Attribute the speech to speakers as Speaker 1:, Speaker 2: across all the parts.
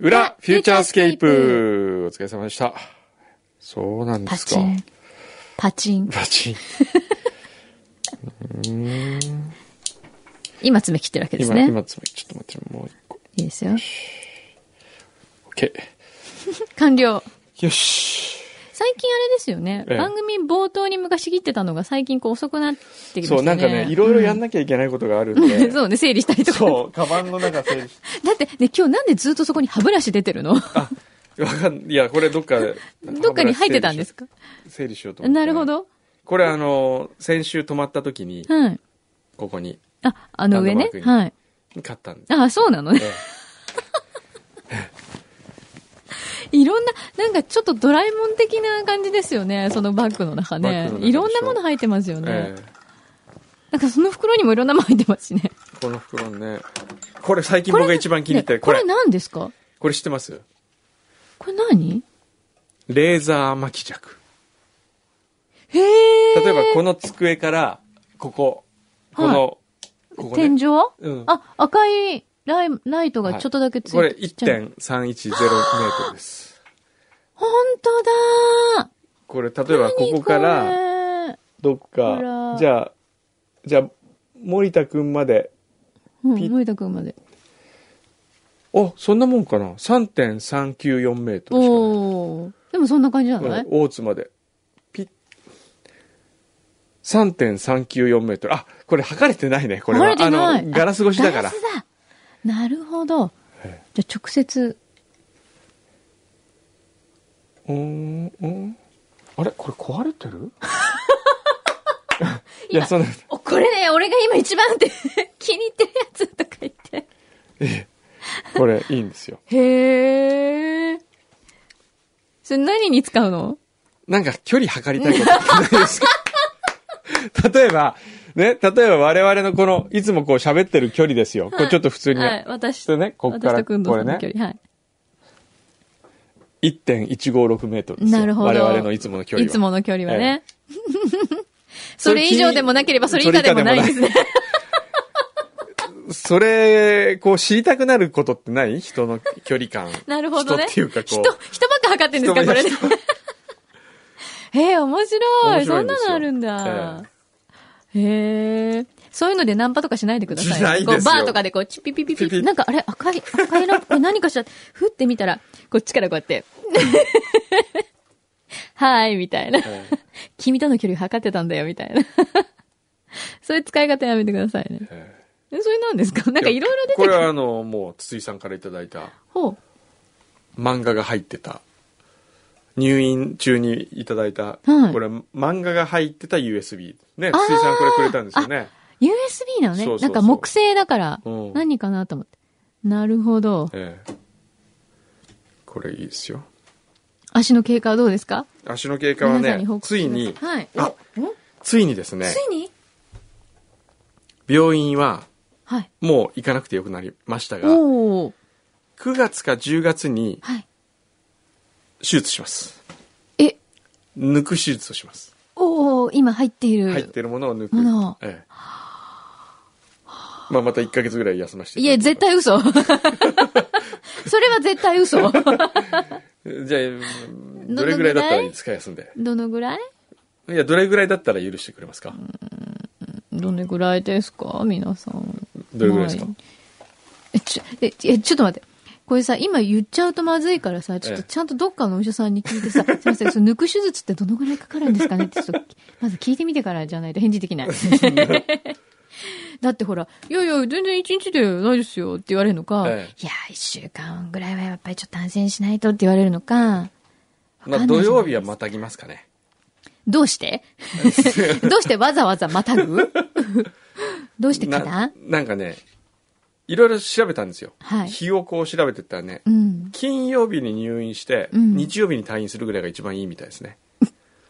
Speaker 1: 裏、フューチャースケープお疲れ様でした。そうなんで
Speaker 2: パ
Speaker 1: すか
Speaker 2: チ。ン。パチン。
Speaker 1: パチン。
Speaker 2: 今爪切ってるわけです
Speaker 1: 今、
Speaker 2: ね。
Speaker 1: 今つまり、ちょっと待って、もう一個。
Speaker 2: いいですよ。
Speaker 1: OK。
Speaker 2: 完了。
Speaker 1: よし。
Speaker 2: 最近あれですよね。
Speaker 1: ええ
Speaker 2: 番組冒頭に昔切ってたのが最近こう遅くなってきましたね。
Speaker 1: そう、なんかね、いろいろやん
Speaker 2: な
Speaker 1: なきゃいけないことがあるん で。
Speaker 2: そうね、整理したりとか。
Speaker 1: そう、カバンの中整理し
Speaker 2: だってね、今日なんでずっとそこに歯ブラシ出てるの
Speaker 1: て。わかん、いや、これどっかで。
Speaker 2: どっかに入ってたんですか
Speaker 1: 整理しようと思って。
Speaker 2: なるほ。ど。
Speaker 1: これあの、先週泊まった時に、
Speaker 2: はい。
Speaker 1: ここに
Speaker 2: あ、あの上ね
Speaker 1: ランドマーク。に
Speaker 2: はい。
Speaker 1: 買ったんで。
Speaker 2: あ、そうなのね。
Speaker 1: え
Speaker 2: いろんな、なんかちょっとドラえもん的な感じですよね。そのバッグの中
Speaker 1: バッ
Speaker 2: ね
Speaker 1: グの中でし。ょ
Speaker 2: いろんなもの入ってますよ
Speaker 1: え
Speaker 2: ね。
Speaker 1: ええ
Speaker 2: なんかその袋にもいろんなもの入ってますしね。
Speaker 1: この袋ね。これ最近僕が一番気に入ってる。
Speaker 2: こ
Speaker 1: こ
Speaker 2: れ
Speaker 1: れ、
Speaker 2: 何ですか
Speaker 1: これ知ってます
Speaker 2: これ何
Speaker 1: レーザー巻き尺。
Speaker 2: へえ。
Speaker 1: 例えばこの机から、ここ、この、ここ
Speaker 2: 天
Speaker 1: ね。
Speaker 2: 井、
Speaker 1: うん
Speaker 2: あ、赤いライライトがちょっとだけついて
Speaker 1: これ
Speaker 2: ちっちゃい
Speaker 1: 1.310メートルです。
Speaker 2: 本当だ
Speaker 1: これ、例えばここから、
Speaker 2: 何こ
Speaker 1: どっ
Speaker 2: ほ
Speaker 1: からじゃあじゃあ森田くんまで
Speaker 2: れう
Speaker 1: ピ
Speaker 2: ん、森田くんまで。
Speaker 1: おそんなもんかな3.394メートルしか
Speaker 2: おお。でもそんな感じじゃ
Speaker 1: な
Speaker 2: ないい、
Speaker 1: うん大津までピッ3.394メートルあこれ測れてないねこれは
Speaker 2: 離れてない
Speaker 1: あのガラス越しだ
Speaker 2: ガ
Speaker 1: から
Speaker 2: ラスだなるほど。じゃあ直接、
Speaker 1: うーんうんあれこれ壊れて るいやそんな
Speaker 2: おこれね、俺が今一番って 気に入ってるやつとか言って。
Speaker 1: これいいんですよ
Speaker 2: へえ。それ何に使うの
Speaker 1: なんか距離測りたいことってないですか 例えば、ね、例えば我々のこの、いつもこう喋ってる距離ですよ。これちょっと普通に。
Speaker 2: はい、私
Speaker 1: それね、こっから、
Speaker 2: 私とくんど
Speaker 1: こ
Speaker 2: う
Speaker 1: れ
Speaker 2: さんの
Speaker 1: ね
Speaker 2: 距、離。はい。
Speaker 1: 1.156メートルですよ。
Speaker 2: なるほど
Speaker 1: 我々のいつもの距離
Speaker 2: い
Speaker 1: は。
Speaker 2: つもの距離はね。 それ以上でもなければそれ以下でもないんですね。
Speaker 1: それ、こう知りたくなることってない人の距離感。
Speaker 2: なるほどね。
Speaker 1: 人っていうかこ
Speaker 2: 人、人ばっ
Speaker 1: う。
Speaker 2: か測ってんですか、これね。
Speaker 1: 人も
Speaker 2: へ え、面白い。
Speaker 1: 面白
Speaker 2: そん
Speaker 1: いんで
Speaker 2: な
Speaker 1: すよ
Speaker 2: のあるんだ。へえ。そういうのでナンパとかしないでください。
Speaker 1: しないですよ
Speaker 2: こうバーとかでこう、チピピピピ
Speaker 1: ピピ
Speaker 2: なんかあれ、赤い、赤い ランプ、これ何かしら、ふってみたら、こっちからこうやって。 はい、みたいな。
Speaker 1: え
Speaker 2: 君との距離測ってたんだよ、みたいな。 そういう使い方やめてくださいね。
Speaker 1: ええ
Speaker 2: えそれなんですかなん
Speaker 1: え
Speaker 2: かいろいろ出て
Speaker 1: こ
Speaker 2: く
Speaker 1: れ
Speaker 2: る。
Speaker 1: はあの、もう筒井さんからいただいた
Speaker 2: ほう。
Speaker 1: 漫画が入ってた。入院中にいただいた、
Speaker 2: はい
Speaker 1: これ漫画が入ってた USB。ね、
Speaker 2: あー
Speaker 1: 筒井さんこれくれたんですよね。
Speaker 2: USB なのね。
Speaker 1: そうそうそ
Speaker 2: な
Speaker 1: う
Speaker 2: んか木製だから
Speaker 1: うん、
Speaker 2: 何かなと思って。なるほど。
Speaker 1: ええこれいいですよ。
Speaker 2: 足の経過はどうですか
Speaker 1: 足の経過は
Speaker 2: 皆さん
Speaker 1: ね
Speaker 2: に報、告
Speaker 1: つ
Speaker 2: し
Speaker 1: い
Speaker 2: ます
Speaker 1: に、
Speaker 2: はい。
Speaker 1: あ
Speaker 2: おお
Speaker 1: ついにですね
Speaker 2: つ、いに
Speaker 1: 病院は
Speaker 2: はい。
Speaker 1: もう行かなくてよくなりましたが、
Speaker 2: おお。
Speaker 1: 9月か10月に
Speaker 2: はい。
Speaker 1: 手術します。
Speaker 2: え、
Speaker 1: 抜く手術をします。
Speaker 2: おお、今入っている。
Speaker 1: 入ってるものを抜く。
Speaker 2: ものを
Speaker 1: ええまあまた1ヶ月ぐらい休ませて
Speaker 2: いや、
Speaker 1: ただ
Speaker 2: 絶
Speaker 1: きま
Speaker 2: 対嘘。 それは絶対嘘。
Speaker 1: す。じゃあ、どれぐらいだったらいいですか、休んで。
Speaker 2: どのぐらい
Speaker 1: いや、どれぐらいだったら許してくれますか
Speaker 2: どのぐらいですか皆さん。
Speaker 1: どれぐらいですか
Speaker 2: まあえ、ちょ、え、えちょっと待って。これさ、今言っちゃうとまずいからさ、ちょっと
Speaker 1: ええ
Speaker 2: ちゃんとどっかのお医者さんに聞い てさ、すいません、その抜く手術ってどのぐらいかかるんですかねって、ちょっと、まず聞いてみてからじゃないと返事でき ない。だってほら、いやいや、全然一日でないですよって言われるのか、
Speaker 1: ええ
Speaker 2: いや、一週間ぐらいはやっぱりちょっと安心しないとって言われるのか、
Speaker 1: まあ土曜日はまたぎますかね。
Speaker 2: どうして どうしてわざわざまたぐどうしてかな
Speaker 1: ななんかねいろいろ調べたんですよ、
Speaker 2: はい
Speaker 1: 日をこう調べてったらね、
Speaker 2: うん。
Speaker 1: 金曜日に入院して、
Speaker 2: うん
Speaker 1: 日曜日に退院するぐらいが一番いいみたいですね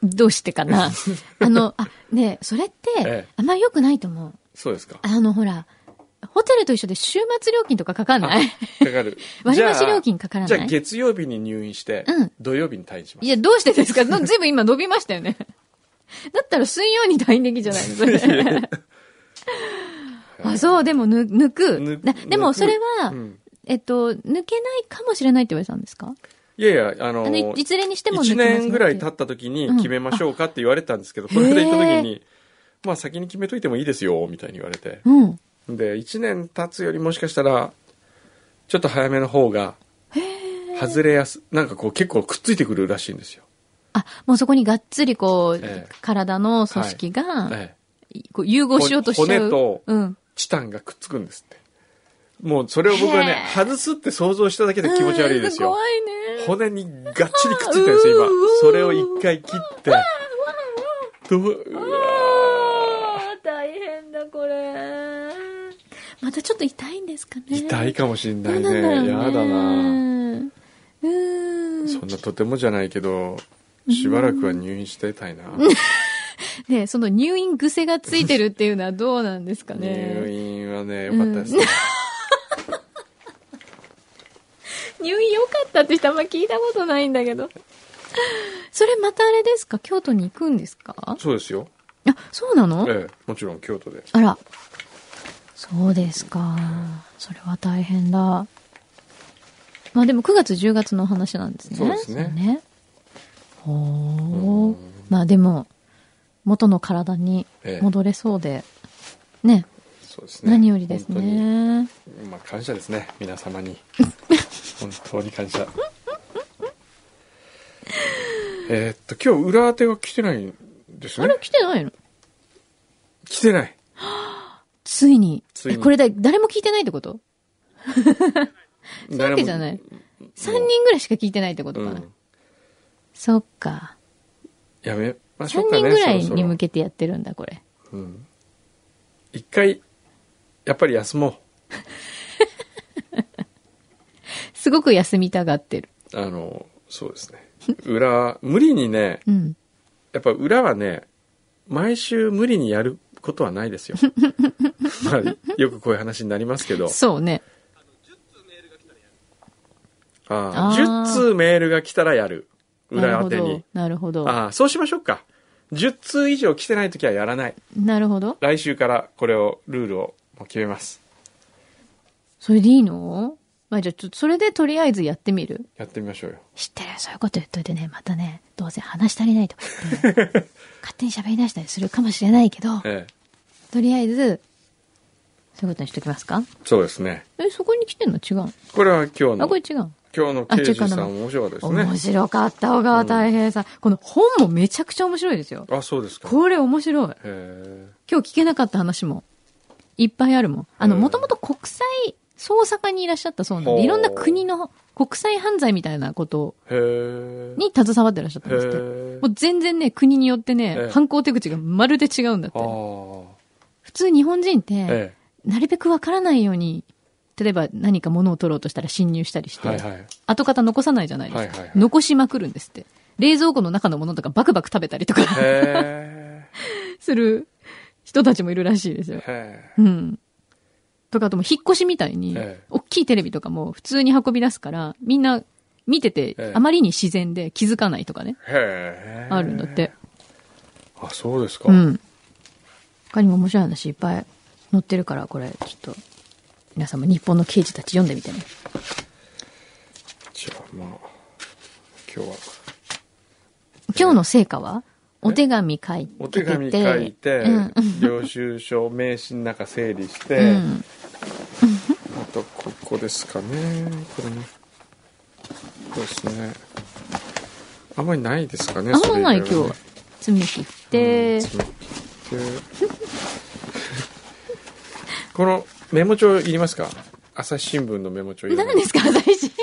Speaker 2: どうしてか なあの、あ、ねえそれっ
Speaker 1: え
Speaker 2: て
Speaker 1: え、
Speaker 2: あんまり良くないと思う。
Speaker 1: そうですか
Speaker 2: あの、ほら、ホテルと一緒で週末料金とかかかんない
Speaker 1: かかる
Speaker 2: 割増
Speaker 1: じゃあ
Speaker 2: 料金かからない
Speaker 1: じゃあ月曜日に入院して、
Speaker 2: うん
Speaker 1: 土曜日に退院しま
Speaker 2: い
Speaker 1: す
Speaker 2: や、どうしてですかずいぶん今伸びましたよね。 だったら水曜に退院できじゃ ないです か。あ、そう、でもぬ、抜く。
Speaker 1: ぬ
Speaker 2: なでも、それは、
Speaker 1: うん
Speaker 2: えっと、抜けないかもしれないって言われたんですか
Speaker 1: いやいや、あの
Speaker 2: あの、いいずれにしても抜け
Speaker 1: 1
Speaker 2: ますよって
Speaker 1: 年ぐらい経った時に決めましょうかって言われたんですけど、この間行った時に、まあ先に決めといてもいいですよ、みたいに言われて。
Speaker 2: うん。
Speaker 1: で、1年経つよりもしかしたら、ちょっと早めの方が、外れやす、なんかこう結構くっついてくるらしいんですよ。
Speaker 2: あ、もうそこにがっつりこう、
Speaker 1: ええ
Speaker 2: 体の組織が、
Speaker 1: ええ
Speaker 2: こう融合しようとしちゃう。
Speaker 1: 骨と
Speaker 2: うん。
Speaker 1: チタンがくっつくんですって。もうそれを僕はね、
Speaker 2: へえ
Speaker 1: 外すって想像しただけで気持ち悪いです
Speaker 2: うん
Speaker 1: よ。
Speaker 2: 怖いね。
Speaker 1: 骨にがっちりくっついてるんです
Speaker 2: う
Speaker 1: よ、今
Speaker 2: ーうー。
Speaker 1: それを一回切って。どううわ
Speaker 2: あー大変だこれ。またちょっと痛いんですかね。
Speaker 1: ー痛いかもしんな
Speaker 2: どう
Speaker 1: い
Speaker 2: なんだろう
Speaker 1: ね。
Speaker 2: ね。
Speaker 1: やだな。
Speaker 2: うーん。
Speaker 1: そんなとてもじゃないけど、しばらくは入院してたいな。
Speaker 2: ねその入院癖がついてるっていうのはどうなんですかね。
Speaker 1: 入院はね、良かったですね。
Speaker 2: 入院良かったって人あんま聞いたことないんだけど。それまたあれですか京都に行くんですかあ、
Speaker 1: そうですよ。
Speaker 2: そうなの
Speaker 1: ええ、もちろん京都で。
Speaker 2: あら。そうですか。それは大変だ。まあでも9月10月の話なんですね。
Speaker 1: そうですね
Speaker 2: そほ
Speaker 1: う。
Speaker 2: うんまあでも、元の体に
Speaker 1: ええ
Speaker 2: 戻れそうで、ね、
Speaker 1: そうですね。
Speaker 2: 何よりです
Speaker 1: 本当に
Speaker 2: ね。
Speaker 1: まあ感謝ですね皆 様に本当に感謝えーっと今日裏当てが来てないんです
Speaker 2: あ
Speaker 1: ね
Speaker 2: れ来てないの
Speaker 1: 来てない
Speaker 2: ついに。
Speaker 1: つい
Speaker 2: え
Speaker 1: に
Speaker 2: これだ、誰も聞いてないってことそういうわけじゃないい。3人ぐらいしか聞いてないってこと
Speaker 1: う
Speaker 2: かな。
Speaker 1: ん、
Speaker 2: そっか。
Speaker 1: やめまし
Speaker 2: 3
Speaker 1: ょうかね
Speaker 2: 人ぐらいに向
Speaker 1: け
Speaker 2: けてやってるんだ、これ。
Speaker 1: うん、一回やっぱり休も
Speaker 2: すごく休みたがってる。
Speaker 1: うあのそうですね裏無理にね
Speaker 2: うん。
Speaker 1: やっぱ裏はね毎週無理にやることはないですよ、まあ、よくこういう話になりますけど
Speaker 2: そうね。
Speaker 1: ああ
Speaker 2: あー
Speaker 1: 10通メールが来たらやる。
Speaker 2: なる
Speaker 1: 裏
Speaker 2: ほ
Speaker 1: 当てに
Speaker 2: ど。。なるほど。
Speaker 1: ああ、そうしましょうか。10通以上来てないときはやらない。
Speaker 2: なるほど。
Speaker 1: 来週からこれを、ルールをもう決めます。
Speaker 2: それでいいのまあ、じゃあ、ちょっと、それでとりあえずやってみる
Speaker 1: やってみましょうよ。
Speaker 2: 知ってるそういうこと言っといてね、またね、どうせ話足り ないとか言って、勝手に喋り出したりするかもしれないけど、
Speaker 1: ええ。
Speaker 2: とりあえず、そういうことにしときますか
Speaker 1: そうですね。
Speaker 2: え、そこに来てんの違う
Speaker 1: これは今日
Speaker 2: のあ、
Speaker 1: の、
Speaker 2: これ
Speaker 1: 今
Speaker 2: 違うの
Speaker 1: 日の
Speaker 2: あ
Speaker 1: 刑
Speaker 2: 違う
Speaker 1: 事
Speaker 2: かな
Speaker 1: さん面白かったです
Speaker 2: 面
Speaker 1: ね。
Speaker 2: 白かった、小川太平さん。この本もめちゃくちゃ面白いですよ。
Speaker 1: あ、そうですか。
Speaker 2: これ面白い。
Speaker 1: へえ。
Speaker 2: 今日聞けなかった話も、いっぱいあるもん。あの、
Speaker 1: うん
Speaker 2: もともと国際捜査課にいらっしゃったそうなん
Speaker 1: ほう
Speaker 2: で、いろんな国の国際犯罪みたいなこと
Speaker 1: へえ。
Speaker 2: に携わってらっしゃったん
Speaker 1: へ
Speaker 2: ですって。
Speaker 1: え
Speaker 2: も。う全然ね、国によってね、
Speaker 1: ええ
Speaker 2: 犯行手口がまるで違うんだっ
Speaker 1: あ
Speaker 2: て。
Speaker 1: あ。
Speaker 2: 普通日本人って、
Speaker 1: え
Speaker 2: なるべくわからないように、例えば何か物を取ろうとしたら侵入したりし
Speaker 1: え。
Speaker 2: て、
Speaker 1: はいはい。
Speaker 2: 跡形残さないじゃないですか、
Speaker 1: はいはいはい
Speaker 2: 残しまくるんですって。冷蔵庫の中のものとかバクバク食べたりとか
Speaker 1: へ
Speaker 2: する人たちもいるらしいですよ
Speaker 1: え。へ。え。
Speaker 2: うん。とか、あともう引っ越しみたいに、
Speaker 1: ええ
Speaker 2: 大きいテレビとかも普通に運び出すから、みんな見てて、
Speaker 1: ええ
Speaker 2: あまりに自然で気づかないとかね、
Speaker 1: へえ。
Speaker 2: あるんだって。。
Speaker 1: あ、そうですか。
Speaker 2: うん。他にも面白い話いっぱい載ってるから、これ、ちょっと、皆様日本の刑事たち読んでみてね。
Speaker 1: じゃあまあ、今日は。
Speaker 2: 今日の成果はお手紙書いて。
Speaker 1: お手紙書いて、
Speaker 2: うん。
Speaker 1: 領収書名刺の中整理して、
Speaker 2: うん。
Speaker 1: あとここですかねこれねそうですねあんまりないですかね
Speaker 2: あんまない今日は
Speaker 1: は。
Speaker 2: 積み切って、
Speaker 1: このメモ帳いりますか朝日新聞のメモ帳いります
Speaker 2: 何ですか、大事。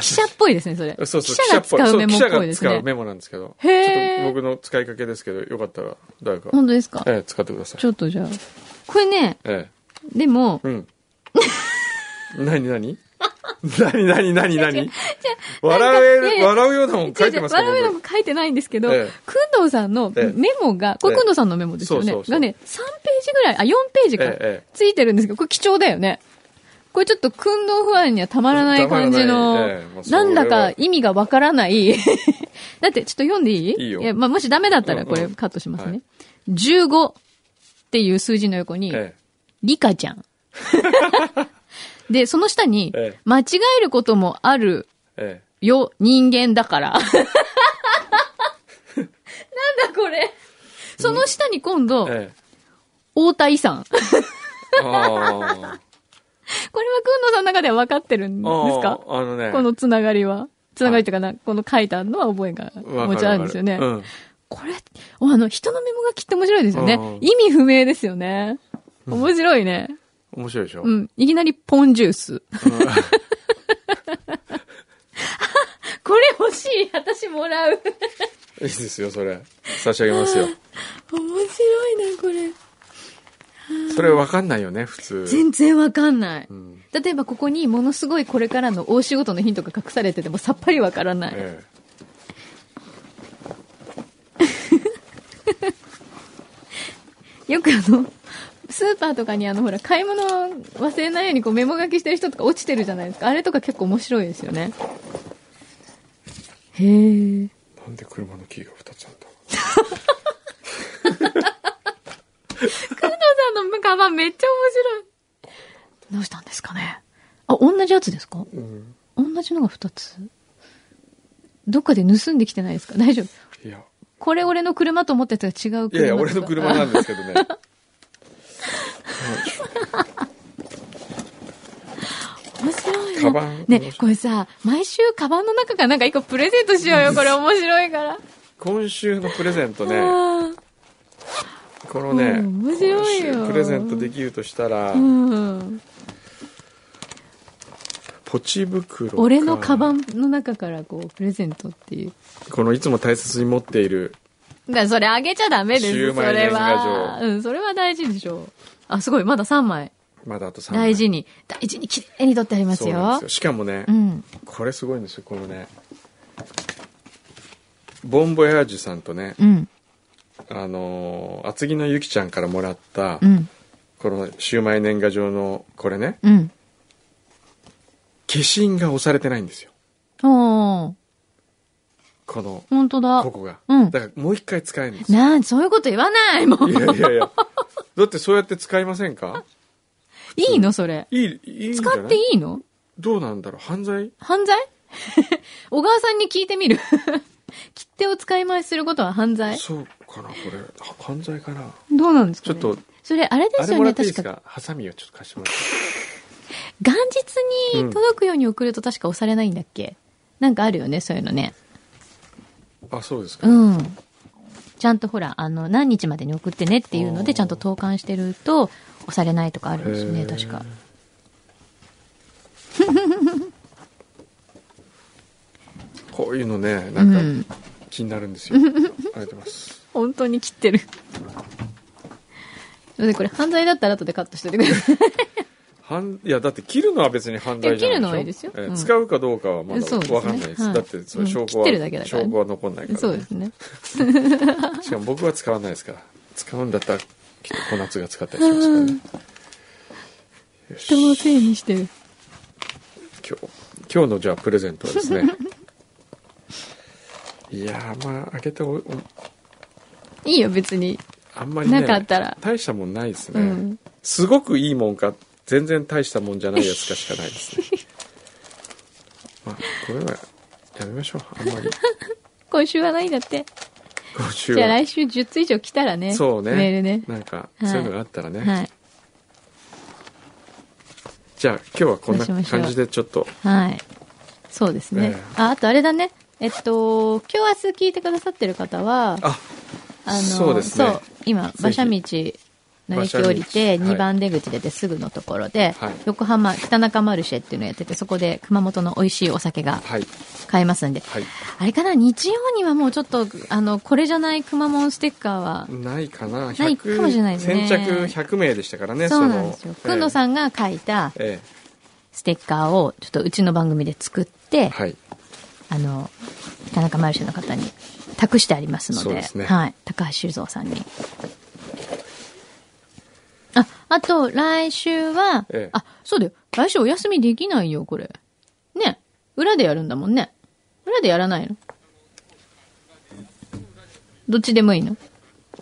Speaker 2: 記者っぽいですね、それ。
Speaker 1: そうそう
Speaker 2: 記者が
Speaker 1: 記者っ
Speaker 2: 使
Speaker 1: ぽ
Speaker 2: うメ
Speaker 1: い
Speaker 2: モっ
Speaker 1: そう記者
Speaker 2: ぽい
Speaker 1: が
Speaker 2: です
Speaker 1: 使う
Speaker 2: ね。
Speaker 1: メモなんですけどちょ
Speaker 2: へ
Speaker 1: っ
Speaker 2: ー
Speaker 1: と僕の使いかけですけどよかったら誰か、
Speaker 2: 本当ですか
Speaker 1: ええ、使ってください
Speaker 2: ちょっとじゃあ。これね、
Speaker 1: ええ
Speaker 2: でも、
Speaker 1: うん。何何何何何何笑え
Speaker 2: いやい
Speaker 1: る、
Speaker 2: や
Speaker 1: 笑うようなもん書いてますか
Speaker 2: 違う違う笑うの
Speaker 1: 僕
Speaker 2: も書いてないんですけど、く
Speaker 1: え
Speaker 2: ん
Speaker 1: え
Speaker 2: どうさんのメ
Speaker 1: ええ
Speaker 2: モが、これ
Speaker 1: ええ
Speaker 2: くんどうさんのメモですよね。
Speaker 1: そうそうそう
Speaker 2: がね、3ページぐらい、あ、4ページか、
Speaker 1: ええええ
Speaker 2: ついてるんですけど、これ貴重だよね。これちょっとくんどう不安にはたまらない感じ
Speaker 1: たま
Speaker 2: の、
Speaker 1: らないええもうそれ
Speaker 2: な
Speaker 1: は
Speaker 2: んだか意味がわからない。 だってちょっと読んでいい
Speaker 1: いいよ
Speaker 2: や、まあ、もしダメだったらこ
Speaker 1: う
Speaker 2: れ
Speaker 1: んうん
Speaker 2: カットしますね。
Speaker 1: はい
Speaker 2: 15っていう数字の横に、
Speaker 1: ええ
Speaker 2: リカちゃん。で、その下に
Speaker 1: ええ、
Speaker 2: 間違えることもある
Speaker 1: え
Speaker 2: よ、人間だから。なんだこれ。その下に今度
Speaker 1: え。、え
Speaker 2: 太田遺産。これは
Speaker 1: え。ああ。
Speaker 2: くんのさんの中では分かってるんですか
Speaker 1: あーあのね。
Speaker 2: このつながりは。つながりというかな、この書いたのは覚えが
Speaker 1: わかる
Speaker 2: もちろんあるんですよね。
Speaker 1: わかるうん。
Speaker 2: これ、おあの、人のメモがきっと面白いですよ
Speaker 1: うん
Speaker 2: ね。意味不明ですよね。面白いね。
Speaker 1: 面 白いでしょ
Speaker 2: うん。いきなりポンジュース。これ欲しい私もらう。
Speaker 1: いいですよ、それ。差し上げますよ。
Speaker 2: 面白いな、これ。
Speaker 1: それわかんないよね、普通。
Speaker 2: 全然わかんない。
Speaker 1: ん
Speaker 2: 例えばここにものすごいこれからの大仕事のヒントが隠されててもさっぱりわからない。
Speaker 1: え
Speaker 2: よくあの、スーパーとかにあの、ほら、買い物忘れないようにこうメモ書きしてる人とか落ちてるじゃないですか。あれとか結構面白いですよね。へえ。
Speaker 1: え。なんで車のキーが2つあったの
Speaker 2: お父さんのカバンめっちゃ面白い。どうしたんですかね。あ、同じやつですか
Speaker 1: うん。
Speaker 2: 同じのが2つ。どっかで盗んできてないですか大丈夫。
Speaker 1: いや。
Speaker 2: これ俺の車と思ったやつが違う車とか。
Speaker 1: いやいや、俺の車な
Speaker 2: あ
Speaker 1: んですけどね。
Speaker 2: 面白いな
Speaker 1: カバン面白
Speaker 2: ね、
Speaker 1: い
Speaker 2: これさ、毎週カバンの中からなんか一個プレゼントしようよ。これ面白いから。
Speaker 1: 今週のプレゼントね、
Speaker 2: あー
Speaker 1: このね、
Speaker 2: うん面白いよ
Speaker 1: 今週プレゼントできるとしたら
Speaker 2: う、ん。
Speaker 1: ポチ袋か。
Speaker 2: 俺のカバンの中からこう、プレゼントっていう。
Speaker 1: このいつも大切に持っている、
Speaker 2: だからそれあげちゃダメで
Speaker 1: シ
Speaker 2: す、
Speaker 1: ュ
Speaker 2: そ
Speaker 1: ーマイ
Speaker 2: れ
Speaker 1: 年賀
Speaker 2: は。うん、それは大事でしょう。あ、すごい、まだ3枚。
Speaker 1: まだあと3枚
Speaker 2: 大事に、大事に綺麗に取ってあります
Speaker 1: そうなん
Speaker 2: よ
Speaker 1: です。よ。しかもね
Speaker 2: う、ん。
Speaker 1: これすごいんですよ、このね。ボンボヤージュさんとね、
Speaker 2: うん。
Speaker 1: あのー厚木のゆきちゃんからもらった、
Speaker 2: うん。
Speaker 1: このシューマイ年賀状の、これね、
Speaker 2: うん。
Speaker 1: 化身が押されてないんですよ。
Speaker 2: おー。
Speaker 1: この、
Speaker 2: ほんとだ
Speaker 1: こ。こが。
Speaker 2: うん
Speaker 1: だからもう一回使えるんですよ。
Speaker 2: なん、そういうこと言わないもん。
Speaker 1: いやいやいや。だってそうやって使いませんか
Speaker 2: いいのそれ。
Speaker 1: いい、いいんじゃ
Speaker 2: 使
Speaker 1: ない
Speaker 2: っていいの
Speaker 1: どうなんだろう犯罪
Speaker 2: 犯罪 小川さんに聞いてみる。切手を使い回しすることは犯罪
Speaker 1: そうかなこれ。は犯罪かな
Speaker 2: どうなんですか、ね、
Speaker 1: ちょっと。
Speaker 2: それ、あれで
Speaker 1: あ
Speaker 2: す
Speaker 1: れ
Speaker 2: よ
Speaker 1: もら
Speaker 2: ね、
Speaker 1: っていいで
Speaker 2: 確
Speaker 1: す
Speaker 2: か。
Speaker 1: かハサミをちょっと貸してもらっ
Speaker 2: 元日に届くように送ると確か押されないんだっけ、なんかあるよね、そういうのね。
Speaker 1: て。あ、そうですか。
Speaker 2: うん。ちゃんとほら、あの、何日までに送ってねっていうので、ちゃんと投函してると、押されないとかあるんですよ
Speaker 1: へ
Speaker 2: ね、
Speaker 1: ー
Speaker 2: 確か。
Speaker 1: こういうのね、
Speaker 2: う
Speaker 1: なんか
Speaker 2: ん。
Speaker 1: 気になるんですよ。ありがとうございます。
Speaker 2: 本当に切ってる。で、これ犯罪だったら後でカットしててください。
Speaker 1: 犯いや、だって切るのは別に犯罪じゃな
Speaker 2: いや切る
Speaker 1: い
Speaker 2: のはいいですよ
Speaker 1: ええ
Speaker 2: うん
Speaker 1: 使うかどうかはまだ
Speaker 2: そうですね
Speaker 1: わかんないです。
Speaker 2: はい
Speaker 1: だって、その証拠
Speaker 2: うん切
Speaker 1: は、
Speaker 2: ってるだけだから
Speaker 1: 証拠は残んないから、
Speaker 2: そうです ね。
Speaker 1: しかも僕は使わないですから。使うんだったら、きっと小夏が使ったりしますからね。よし
Speaker 2: 人のせいにしてる。
Speaker 1: 今日今日のじゃあプレゼントはです ねいやーまあ開けておお
Speaker 2: いいよ、別に。
Speaker 1: あんまりね
Speaker 2: なかったら
Speaker 1: 大したもんないですね、
Speaker 2: うん
Speaker 1: すごくいいもんか全然大したもんじゃないやつかしかないです ねまあこれはやめましょうあんまり
Speaker 2: 今週はないんだって。
Speaker 1: 今 週
Speaker 2: じゃあ
Speaker 1: は
Speaker 2: 来週10つ以上来たらね。
Speaker 1: そうね
Speaker 2: メールね。
Speaker 1: なんか
Speaker 2: はい
Speaker 1: そういうのがあったらね、
Speaker 2: はい。
Speaker 1: じゃあ今日はこんな
Speaker 2: そうしましょう
Speaker 1: 感じでちょっと
Speaker 2: はい。そうですね
Speaker 1: え。
Speaker 2: あ、あとあれだね。えっと、今日明日聞いてくださってる方は、
Speaker 1: あ
Speaker 2: あの、
Speaker 1: そうですね
Speaker 2: そう今、
Speaker 1: ひ
Speaker 2: 馬車道の駅降りて、
Speaker 1: 馬車道
Speaker 2: 2番出口ですぐのところで、
Speaker 1: はい
Speaker 2: 横浜、北中マルシェっていうのをやってて、そこで熊本の美味しいお酒が
Speaker 1: はい
Speaker 2: 買えますんで。
Speaker 1: はい
Speaker 2: あれかな日曜にはもうちょっと、あの、これじゃない熊本ステッカーは、
Speaker 1: ないかな
Speaker 2: ないかもしれないですね
Speaker 1: 先着100名でしたからね
Speaker 2: そうなんですよ。
Speaker 1: その
Speaker 2: くんどさんが書いた
Speaker 1: ええ
Speaker 2: ステッカーを、ちょっとうちの番組で作って、
Speaker 1: ええはい
Speaker 2: あの、田中マルシェの方に託してありますの
Speaker 1: そう
Speaker 2: で、
Speaker 1: ですね
Speaker 2: はい。高橋修造さんに。あ、あと、来週は、
Speaker 1: ええ
Speaker 2: あ、そうだよ。来週お休みできないよ、これ。ね。裏でやるんだもんね。裏でやらないのどっちでもいいの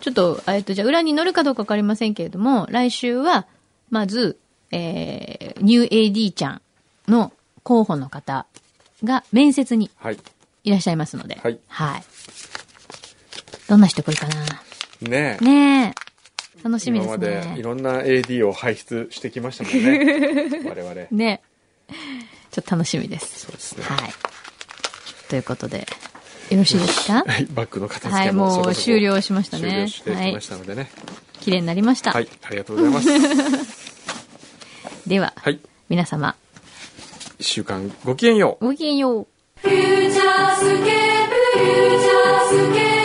Speaker 2: ちょっと、えっと、じゃあ裏に乗るかどうかわかりませんけれども、来週は、まず、えー、ニュー AD ちゃんの候補の方が面接に
Speaker 1: はい。
Speaker 2: いらっしゃいますので。
Speaker 1: はい
Speaker 2: どんな人来るかな
Speaker 1: ねえ。
Speaker 2: ねえ。楽しみで
Speaker 1: 今
Speaker 2: す
Speaker 1: までい
Speaker 2: ね。
Speaker 1: ろんな AD を輩出してきましたも んね。我々。
Speaker 2: ねちょっと楽しみです。
Speaker 1: そうですね。
Speaker 2: はい。ということで、よろしいです か
Speaker 1: はい。バッグの片付
Speaker 2: は
Speaker 1: け
Speaker 2: い、
Speaker 1: もそ
Speaker 2: も
Speaker 1: こ
Speaker 2: う
Speaker 1: そこ
Speaker 2: 終了しました
Speaker 1: 終
Speaker 2: ね
Speaker 1: 了し。て
Speaker 2: は
Speaker 1: き
Speaker 2: い
Speaker 1: まし。たのでね。
Speaker 2: 綺麗になりました。
Speaker 1: はい。ありがとうござ います。
Speaker 2: では、
Speaker 1: はい。
Speaker 2: 皆様、
Speaker 1: 一週間ごきげんよう。
Speaker 2: ごきげんよう。
Speaker 3: 「フューチャースケープフューチャースケープル」